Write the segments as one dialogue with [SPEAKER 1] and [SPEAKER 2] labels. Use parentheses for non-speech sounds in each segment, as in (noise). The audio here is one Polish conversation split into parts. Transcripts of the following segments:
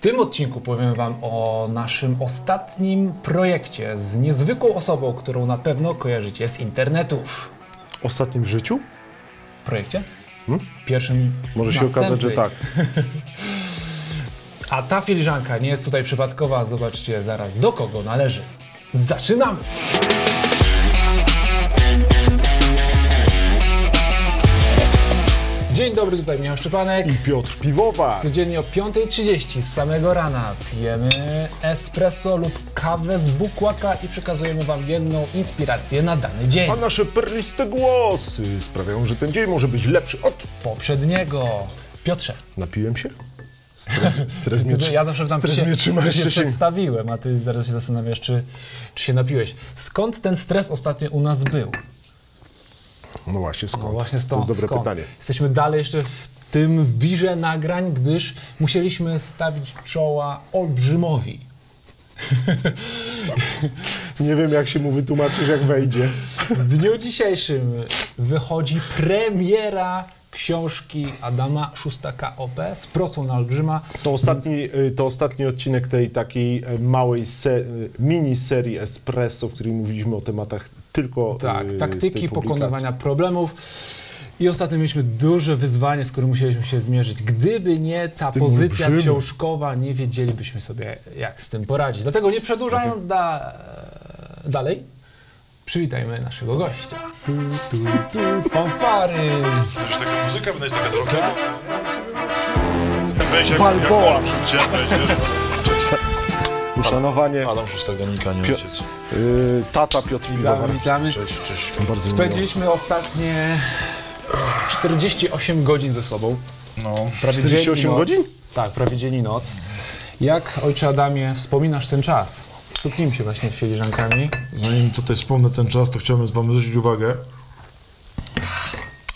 [SPEAKER 1] tym odcinku powiem Wam o naszym ostatnim projekcie z niezwykłą osobą, którą na pewno kojarzycie z internetów.
[SPEAKER 2] Ostatnim w życiu?
[SPEAKER 1] Projekcie? Pierwszym.
[SPEAKER 2] Hmm? Może się
[SPEAKER 1] następnej.
[SPEAKER 2] okazać, że tak.
[SPEAKER 1] A ta filiżanka nie jest tutaj przypadkowa, zobaczcie zaraz do kogo należy. Zaczynamy! Dzień dobry, tutaj Michał Szczepanek.
[SPEAKER 2] I Piotr Piwowar.
[SPEAKER 1] Codziennie o 5.30 z samego rana pijemy espresso lub kawę z bukłaka i przekazujemy Wam jedną inspirację na dany dzień.
[SPEAKER 2] A nasze perliste głosy sprawiają, że ten dzień może być lepszy od...
[SPEAKER 1] Poprzedniego. Piotrze,
[SPEAKER 2] Napiłem się? Stres, (laughs) stres mnie,
[SPEAKER 1] ty,
[SPEAKER 2] trzy-
[SPEAKER 1] ja zawsze tam
[SPEAKER 2] Znaczy, stres
[SPEAKER 1] się,
[SPEAKER 2] mnie trzyma
[SPEAKER 1] się
[SPEAKER 2] jeszcze się...
[SPEAKER 1] przedstawiłem, a Ty zaraz się zastanawiasz, czy, czy się napiłeś. Skąd ten stres ostatnio u nas był?
[SPEAKER 2] No właśnie, skąd?
[SPEAKER 1] No właśnie
[SPEAKER 2] to
[SPEAKER 1] stąd,
[SPEAKER 2] jest dobre
[SPEAKER 1] skąd?
[SPEAKER 2] pytanie.
[SPEAKER 1] Jesteśmy dalej jeszcze w tym wirze nagrań, gdyż musieliśmy stawić czoła olbrzymowi.
[SPEAKER 2] Nie wiem, jak się mu wytłumaczysz, jak wejdzie.
[SPEAKER 1] W dniu dzisiejszym wychodzi premiera książki Adama Szustaka OP z procą na Olbrzyma.
[SPEAKER 2] To ostatni, y, to ostatni odcinek tej takiej y, małej se, y, mini serii Espresso, w której mówiliśmy o tematach tylko
[SPEAKER 1] Tak,
[SPEAKER 2] y, z tej
[SPEAKER 1] taktyki
[SPEAKER 2] publikacji.
[SPEAKER 1] pokonywania problemów. I ostatnio mieliśmy duże wyzwanie, z którym musieliśmy się zmierzyć. Gdyby nie ta
[SPEAKER 2] Z tym
[SPEAKER 1] pozycja
[SPEAKER 2] olbrzymem.
[SPEAKER 1] książkowa, nie wiedzielibyśmy sobie, jak z tym poradzić. Dlatego nie przedłużając da, e, dalej, przywitajmy naszego gościa. Tu, tu, tu, fanfary!
[SPEAKER 3] Już taka muzyka wydać taka z rocka? Weź jak,
[SPEAKER 2] Balboa.
[SPEAKER 3] jak Adam Szybciak, weź,
[SPEAKER 2] Uszanowanie.
[SPEAKER 3] wiesz? Adam Szóstak Dominika, nie
[SPEAKER 2] Pio-
[SPEAKER 3] ojciec.
[SPEAKER 2] y, tata Piotr Piwowar.
[SPEAKER 1] Witamy, witamy.
[SPEAKER 3] Cześć, cześć.
[SPEAKER 2] Bardzo mi
[SPEAKER 1] Spędziliśmy ostatnie 48 godzin ze sobą.
[SPEAKER 3] No,
[SPEAKER 1] Prawie
[SPEAKER 2] 48
[SPEAKER 1] dzień i noc.
[SPEAKER 2] godzin?
[SPEAKER 1] Tak, prawie dzień i noc. Jak, ojcze Adamie, wspominasz ten czas? Stuknijmy się właśnie filiżankami.
[SPEAKER 3] zanim tutaj wspomnę ten czas, to chciałbym z wam zwrócić uwagę.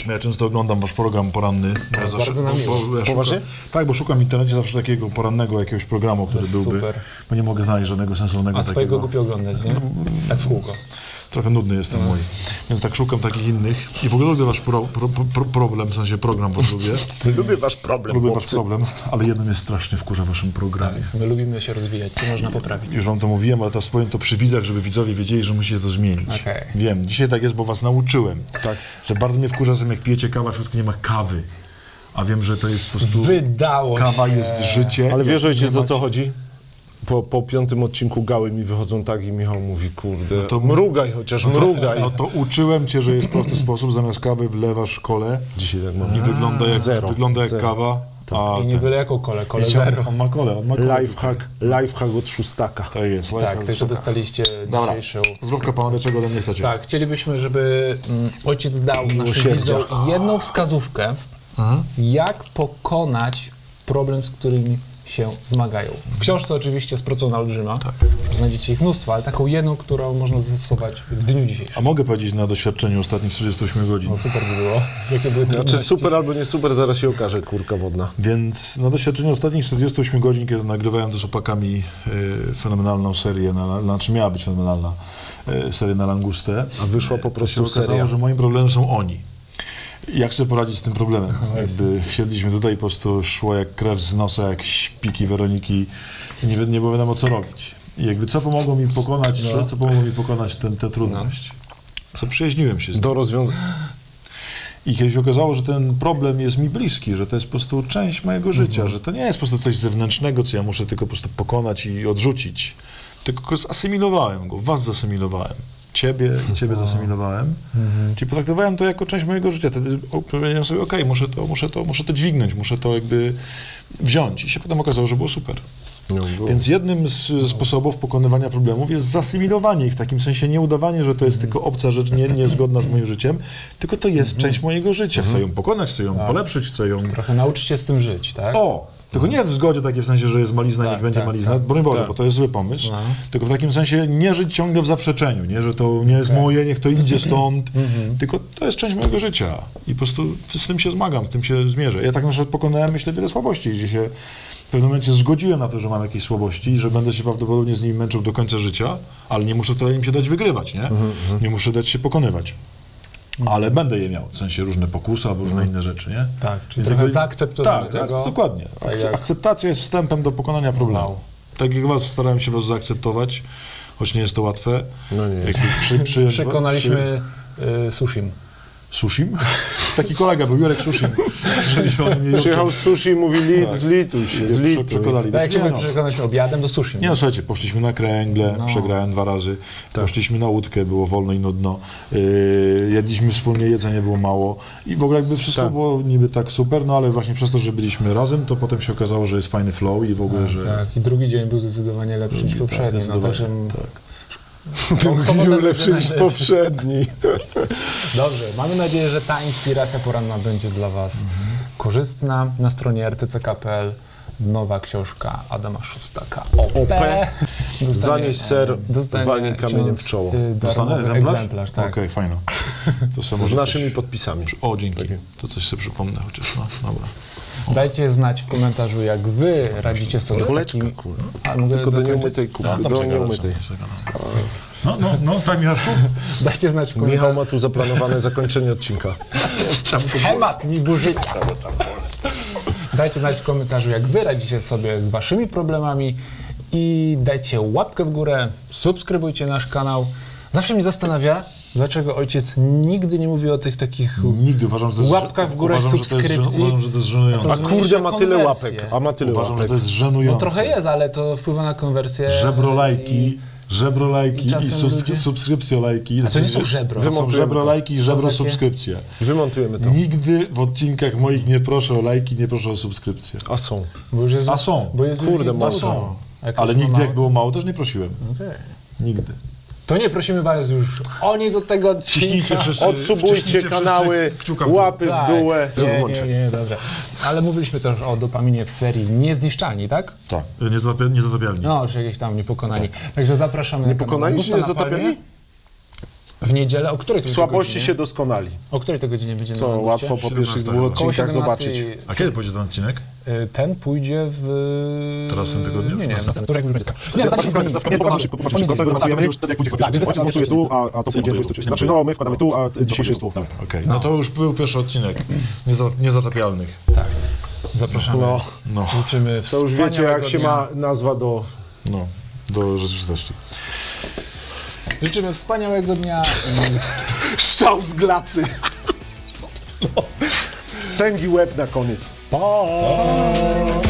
[SPEAKER 3] No, Ja często oglądam wasz program poranny. bo Ja
[SPEAKER 1] Tak, bardzo nam miło.
[SPEAKER 3] ja
[SPEAKER 2] Poważnie?
[SPEAKER 3] szukam, tak, bo szukam w internecie zawsze takiego porannego jakiegoś programu, który
[SPEAKER 1] jest
[SPEAKER 3] byłby.
[SPEAKER 1] super.
[SPEAKER 3] Bo nie mogę znaleźć żadnego sensownego
[SPEAKER 1] A swojego
[SPEAKER 3] takiego.
[SPEAKER 1] głupio oglądać, nie? Tak w kółko.
[SPEAKER 3] Trochę nudny jestem
[SPEAKER 2] No.
[SPEAKER 3] mój, więc tak szukam takich innych. I w ogóle lubię wasz pro, pro, pro, problem, w sensie program was lubię.
[SPEAKER 2] (laughs) Lubię wasz problem,
[SPEAKER 3] Lubię wasz
[SPEAKER 2] chłopcy.
[SPEAKER 3] problem, ale jeden mnie strasznie wkurza w waszym programie.
[SPEAKER 1] My lubimy się rozwijać, co można poprawić.
[SPEAKER 3] Już wam to mówiłem, ale teraz powiem to przy widzach, żeby widzowie wiedzieli, że musicie to zmienić.
[SPEAKER 1] Okej.
[SPEAKER 3] Wiem, dzisiaj tak jest, bo was nauczyłem.
[SPEAKER 2] Tak.
[SPEAKER 3] Że bardzo mnie wkurza sam jak pijecie kawa, w środku nie ma kawy. A wiem, że to jest po prostu...
[SPEAKER 1] Wydało
[SPEAKER 3] Kawa
[SPEAKER 1] się.
[SPEAKER 3] jest życie.
[SPEAKER 2] Ale wiesz,
[SPEAKER 3] Jak
[SPEAKER 2] ojciec,
[SPEAKER 3] nie
[SPEAKER 2] o
[SPEAKER 3] macie-
[SPEAKER 2] co chodzi? Po, po piątym odcinku gały mi wychodzą tak i Michał mówi, kurde,
[SPEAKER 3] to-
[SPEAKER 2] No mrugaj chociaż, mrugaj.
[SPEAKER 3] No to uczyłem cię, że jest prosty sposób, zamiast kawy wlewasz kole.
[SPEAKER 2] Dzisiaj tak mam.
[SPEAKER 3] I wygląda jak,
[SPEAKER 2] Zero.
[SPEAKER 3] wygląda jak
[SPEAKER 2] Zero. Tak.
[SPEAKER 3] kawa. A
[SPEAKER 1] I nie
[SPEAKER 3] ten-
[SPEAKER 1] byle jaką kolę, kolę
[SPEAKER 3] Wiecie, on-
[SPEAKER 1] zero.
[SPEAKER 3] On ma kole, on ma kole.
[SPEAKER 2] Lifehack, lifehack od szóstaka.
[SPEAKER 3] To jest, lifehack.
[SPEAKER 1] Tak, także dostaliście
[SPEAKER 3] Dobra,
[SPEAKER 1] dzisiejszą
[SPEAKER 3] zróbka panowie, czego ode mnie chcecie.
[SPEAKER 1] Tak, chcielibyśmy, żeby mm, ojciec dał naszym
[SPEAKER 2] Miłosierdzia.
[SPEAKER 1] widzom jedną wskazówkę,
[SPEAKER 3] Mhm.
[SPEAKER 1] jak pokonać problem, z którym się zmagają. W książce oczywiście z procą na olbrzyma,
[SPEAKER 3] Tak.
[SPEAKER 1] znajdziecie ich mnóstwo, ale taką jedną, którą można zastosować w dniu dzisiejszym.
[SPEAKER 3] A mogę powiedzieć na doświadczeniu ostatnich 48 godzin.
[SPEAKER 1] No super by było. Jakie były
[SPEAKER 3] Znaczy
[SPEAKER 2] Czy
[SPEAKER 1] trudności?
[SPEAKER 2] super albo nie super, zaraz się okaże, kurka wodna.
[SPEAKER 3] Więc na doświadczeniu ostatnich 48 godzin, kiedy nagrywałem to z opakami y, fenomenalną serię, na, znaczy miała być fenomenalna y, serię na langustę,
[SPEAKER 2] A wyszła po
[SPEAKER 3] to się
[SPEAKER 2] prostu
[SPEAKER 3] okazało,
[SPEAKER 2] seria.
[SPEAKER 3] że moim problemem są oni. Jak sobie poradzić z tym problemem?
[SPEAKER 2] No
[SPEAKER 3] Jakby siedliśmy tutaj i po prostu szło jak krew z nosa, jak śpiki Weroniki i nie, wi- nie było wiadomo co robić. I jakby co pomogło mi pokonać,
[SPEAKER 2] No.
[SPEAKER 3] co, co pomogło mi pokonać ten, tę trudność? Co przyjaźniłem się z
[SPEAKER 2] Do rozwiązania.
[SPEAKER 3] i kiedy się okazało, że ten problem jest mi bliski, że to jest po prostu część mojego życia, że to nie jest po prostu coś zewnętrznego, co ja muszę tylko po prostu pokonać i odrzucić. Tylko zasymilowałem go, was zasymilowałem. Ciebie, ciebie zasymilowałem. Czyli potraktowałem to jako część mojego życia. Wtedy o- powiedziałem sobie, okej, muszę, to, muszę, to, muszę to dźwignąć, muszę to jakby wziąć. I się potem okazało, że było super. Więc jednym z y, sposobów pokonywania problemów jest zasymilowanie ich, w takim sensie nie udawanie, że to jest tylko obca rzecz, nie, niezgodna z moim życiem, tylko to jest część mojego życia. Chcę ją pokonać, chcę ją polepszyć, chcę ją...
[SPEAKER 1] Trochę nauczyć się z tym żyć, tak?
[SPEAKER 3] O! Tylko nie w zgodzie takiej w sensie, że jest malizna,
[SPEAKER 1] Tak,
[SPEAKER 3] niech będzie
[SPEAKER 1] tak, No.
[SPEAKER 3] malizna, broń Boże, bo to jest zły pomysł, tylko w takim sensie nie żyć ciągle w zaprzeczeniu, nie, że to nie jest
[SPEAKER 1] Tak.
[SPEAKER 3] moje, niech to idzie
[SPEAKER 1] (laughs)
[SPEAKER 3] stąd,
[SPEAKER 1] Mhm.
[SPEAKER 3] tylko to jest część mojego życia i po prostu z tym się zmagam, z tym się zmierzę. Ja tak na przykład pokonałem, myślę, wiele słabości, gdzie się w pewnym momencie zgodziłem na to, że mam jakieś słabości i że będę się prawdopodobnie z nimi męczył
[SPEAKER 1] Mhm,
[SPEAKER 3] do końca życia, ale nie muszę wcale im się dać wygrywać, nie, nie muszę dać się pokonywać. ale będę je miał, w sensie różne pokusy albo różne inne rzeczy, nie?
[SPEAKER 1] Tak, czyli
[SPEAKER 3] Więc
[SPEAKER 1] trochę
[SPEAKER 3] jakby-
[SPEAKER 1] zaakceptowanie
[SPEAKER 3] tak,
[SPEAKER 1] tego.
[SPEAKER 3] Tak, dokładnie.
[SPEAKER 1] Tak
[SPEAKER 3] Akce-
[SPEAKER 1] jak- No.
[SPEAKER 3] Akceptacja jest wstępem do pokonania problemu.
[SPEAKER 1] Wow.
[SPEAKER 3] Tak jak was, starałem się was zaakceptować, choć nie jest to łatwe.
[SPEAKER 2] No nie
[SPEAKER 3] Jakby Przy, przy,
[SPEAKER 1] Przekonaliśmy y, Sushim.
[SPEAKER 3] Sushim? (laughs) Taki kolega był,
[SPEAKER 1] (laughs)
[SPEAKER 3] Jurek Sushim. Przyjechał do mnie Jurkiem.
[SPEAKER 2] Przyjechał z sushi i mówi, lit, zlituj się, zlituj.
[SPEAKER 3] Przekonali.
[SPEAKER 1] Tak jak się
[SPEAKER 3] Nie, no.
[SPEAKER 1] przekonaliśmy obiadem, to Sushim.
[SPEAKER 3] Nie no, słuchajcie, poszliśmy na kręgle,
[SPEAKER 1] No.
[SPEAKER 3] przegrałem dwa razy,
[SPEAKER 1] Tak.
[SPEAKER 3] poszliśmy na łódkę, było wolno i nudno, yy, jedliśmy wspólnie, jedzenie było mało i w ogóle jakby wszystko
[SPEAKER 2] Tak.
[SPEAKER 3] było niby tak super, no ale właśnie przez to, że byliśmy razem, to potem się okazało, że jest fajny flow i w ogóle, że...
[SPEAKER 1] Tak, i drugi dzień był zdecydowanie lepszy niż
[SPEAKER 3] Drugi, tak,
[SPEAKER 1] poprzedni. no, także No,
[SPEAKER 3] zdecydowanie, tak.
[SPEAKER 1] Są-
[SPEAKER 3] (laughs)
[SPEAKER 1] są
[SPEAKER 2] Mówił
[SPEAKER 1] modele
[SPEAKER 2] lepszy niż
[SPEAKER 1] najlepsze. (laughs)
[SPEAKER 2] poprzedni.
[SPEAKER 1] Dobrze, mamy nadzieję, że ta inspiracja poranna będzie dla Was korzystna. Na stronie rtck.pl nowa książka Adama Szustaka. OP.
[SPEAKER 2] OP.
[SPEAKER 1] Dostanie-
[SPEAKER 2] Zanieś ser,
[SPEAKER 1] dostanie
[SPEAKER 2] walnij kamieniem w
[SPEAKER 1] ksiądz,
[SPEAKER 2] czoło.
[SPEAKER 1] y, darmowy
[SPEAKER 3] Dostanę egzemplarz?
[SPEAKER 1] egzemplarz, tak.
[SPEAKER 3] Okej,
[SPEAKER 1] (laughs)
[SPEAKER 3] fajno. To są
[SPEAKER 2] Z
[SPEAKER 3] może
[SPEAKER 2] naszymi
[SPEAKER 3] coś...
[SPEAKER 2] podpisami.
[SPEAKER 3] O, dzięki. To coś sobie przypomnę chociaż, no, dobra.
[SPEAKER 1] Dajcie znać w komentarzu, jak Wy radzicie sobie z
[SPEAKER 2] Oleczka,
[SPEAKER 1] takim...
[SPEAKER 2] kurwa.
[SPEAKER 1] A, mogę
[SPEAKER 2] Tylko do
[SPEAKER 1] zakończyć?
[SPEAKER 2] nieumytej kubki,
[SPEAKER 3] No,
[SPEAKER 2] do
[SPEAKER 3] czekaj,
[SPEAKER 2] nieumytej.
[SPEAKER 3] czekaj, No, no, no, no tak Michałku.
[SPEAKER 1] Dajcie znać w
[SPEAKER 2] Michał
[SPEAKER 1] komentarzu.
[SPEAKER 2] ma tu zaplanowane zakończenie odcinka.
[SPEAKER 1] Schemat mi burzycia. Dajcie znać w komentarzu, jak wy radzicie sobie z waszymi problemami i dajcie łapkę w górę, subskrybujcie nasz kanał. Zawsze mnie zastanawia, dlaczego ojciec nigdy nie mówi o tych takich...
[SPEAKER 3] Nigdy uważam, że to jest...
[SPEAKER 1] Łapka w górę,
[SPEAKER 3] uważam, że to jest żen-
[SPEAKER 1] subskrypcji.
[SPEAKER 3] Uważam, że to jest żenujące.
[SPEAKER 2] A kurde, ma tyle
[SPEAKER 1] Konwersje.
[SPEAKER 2] łapek. A ma tyle
[SPEAKER 3] Uważam, że
[SPEAKER 2] łapek.
[SPEAKER 3] to jest żenujące.
[SPEAKER 1] No trochę jest, ale to wpływa na konwersję.
[SPEAKER 3] Żebro
[SPEAKER 1] i-
[SPEAKER 3] lajki, żebro lajki
[SPEAKER 1] i
[SPEAKER 3] i,
[SPEAKER 1] czasem ludzie-
[SPEAKER 3] subskry- subskrypcjo lajki.
[SPEAKER 1] to nie są żebro.
[SPEAKER 3] To są
[SPEAKER 2] Wymontujemy
[SPEAKER 3] żebro
[SPEAKER 2] to.
[SPEAKER 3] lajki i żebro
[SPEAKER 1] takie-
[SPEAKER 3] subskrypcje.
[SPEAKER 2] Wymontujemy to.
[SPEAKER 3] Nigdy w odcinkach moich nie proszę o lajki, nie proszę o subskrypcję.
[SPEAKER 2] A są.
[SPEAKER 1] Bo już jest,
[SPEAKER 3] A są.
[SPEAKER 1] Bo jest
[SPEAKER 2] Kurde,
[SPEAKER 1] jest
[SPEAKER 2] ma-
[SPEAKER 3] A
[SPEAKER 1] dużo.
[SPEAKER 3] są.
[SPEAKER 1] A jak
[SPEAKER 3] Ale
[SPEAKER 1] już ma
[SPEAKER 3] nigdy
[SPEAKER 1] mało-
[SPEAKER 3] jak było mało, też nie prosiłem.
[SPEAKER 1] Okej.
[SPEAKER 3] Nigdy.
[SPEAKER 1] To nie prosimy was już o nic od tego odcinka.
[SPEAKER 3] wszyscy.
[SPEAKER 2] Odsubujcie kanały, łapy w dół.
[SPEAKER 1] Tak. Nie, nie, nie, dobra. Ale mówiliśmy też o dopaminie w serii Niezniszczalni, tak?
[SPEAKER 3] Tak. Niezatapialni.
[SPEAKER 1] No, czy jakieś tam niepokonani. Także zapraszamy
[SPEAKER 2] Tak. Niepokonani
[SPEAKER 1] na
[SPEAKER 2] czy
[SPEAKER 1] kanał Augusta
[SPEAKER 2] niezatapieni?
[SPEAKER 1] Napalmy. W niedzielę, o której to
[SPEAKER 2] W
[SPEAKER 1] będzie
[SPEAKER 2] słabości
[SPEAKER 1] godzinie?
[SPEAKER 2] się doskonali.
[SPEAKER 1] O której to godzinie będzie
[SPEAKER 2] To
[SPEAKER 1] na Auguście?
[SPEAKER 2] łatwo po pierwszych
[SPEAKER 3] 17
[SPEAKER 2] dwóch
[SPEAKER 1] Koło
[SPEAKER 2] odcinkach
[SPEAKER 1] 17:00.
[SPEAKER 2] zobaczyć.
[SPEAKER 3] A kiedy pójdzie ten odcinek?
[SPEAKER 1] Y, Ten pójdzie w...
[SPEAKER 3] Teraz w tym tygodniu?
[SPEAKER 1] Nie, nie, w następnym. Dużo jak już będzie.
[SPEAKER 2] a, to pójdzie 20. Znaczy, no, my wkładamy tu, a dzisiejszy jest tak. tu.
[SPEAKER 3] Okej, no to już był pierwszy odcinek nieza- niezatapialnych.
[SPEAKER 1] Tak. Zapraszamy.
[SPEAKER 2] No.
[SPEAKER 3] No.
[SPEAKER 1] Życzymy
[SPEAKER 2] To już wiecie, jak
[SPEAKER 1] wspaniałego
[SPEAKER 2] się
[SPEAKER 1] dnia.
[SPEAKER 2] ma nazwa do
[SPEAKER 3] No, do rzeczywistości.
[SPEAKER 1] Życzymy wspaniałego
[SPEAKER 2] (laughs)
[SPEAKER 1] dnia.
[SPEAKER 2] Strzał z glacy. Tęgi łeb na koniec.
[SPEAKER 1] Pa!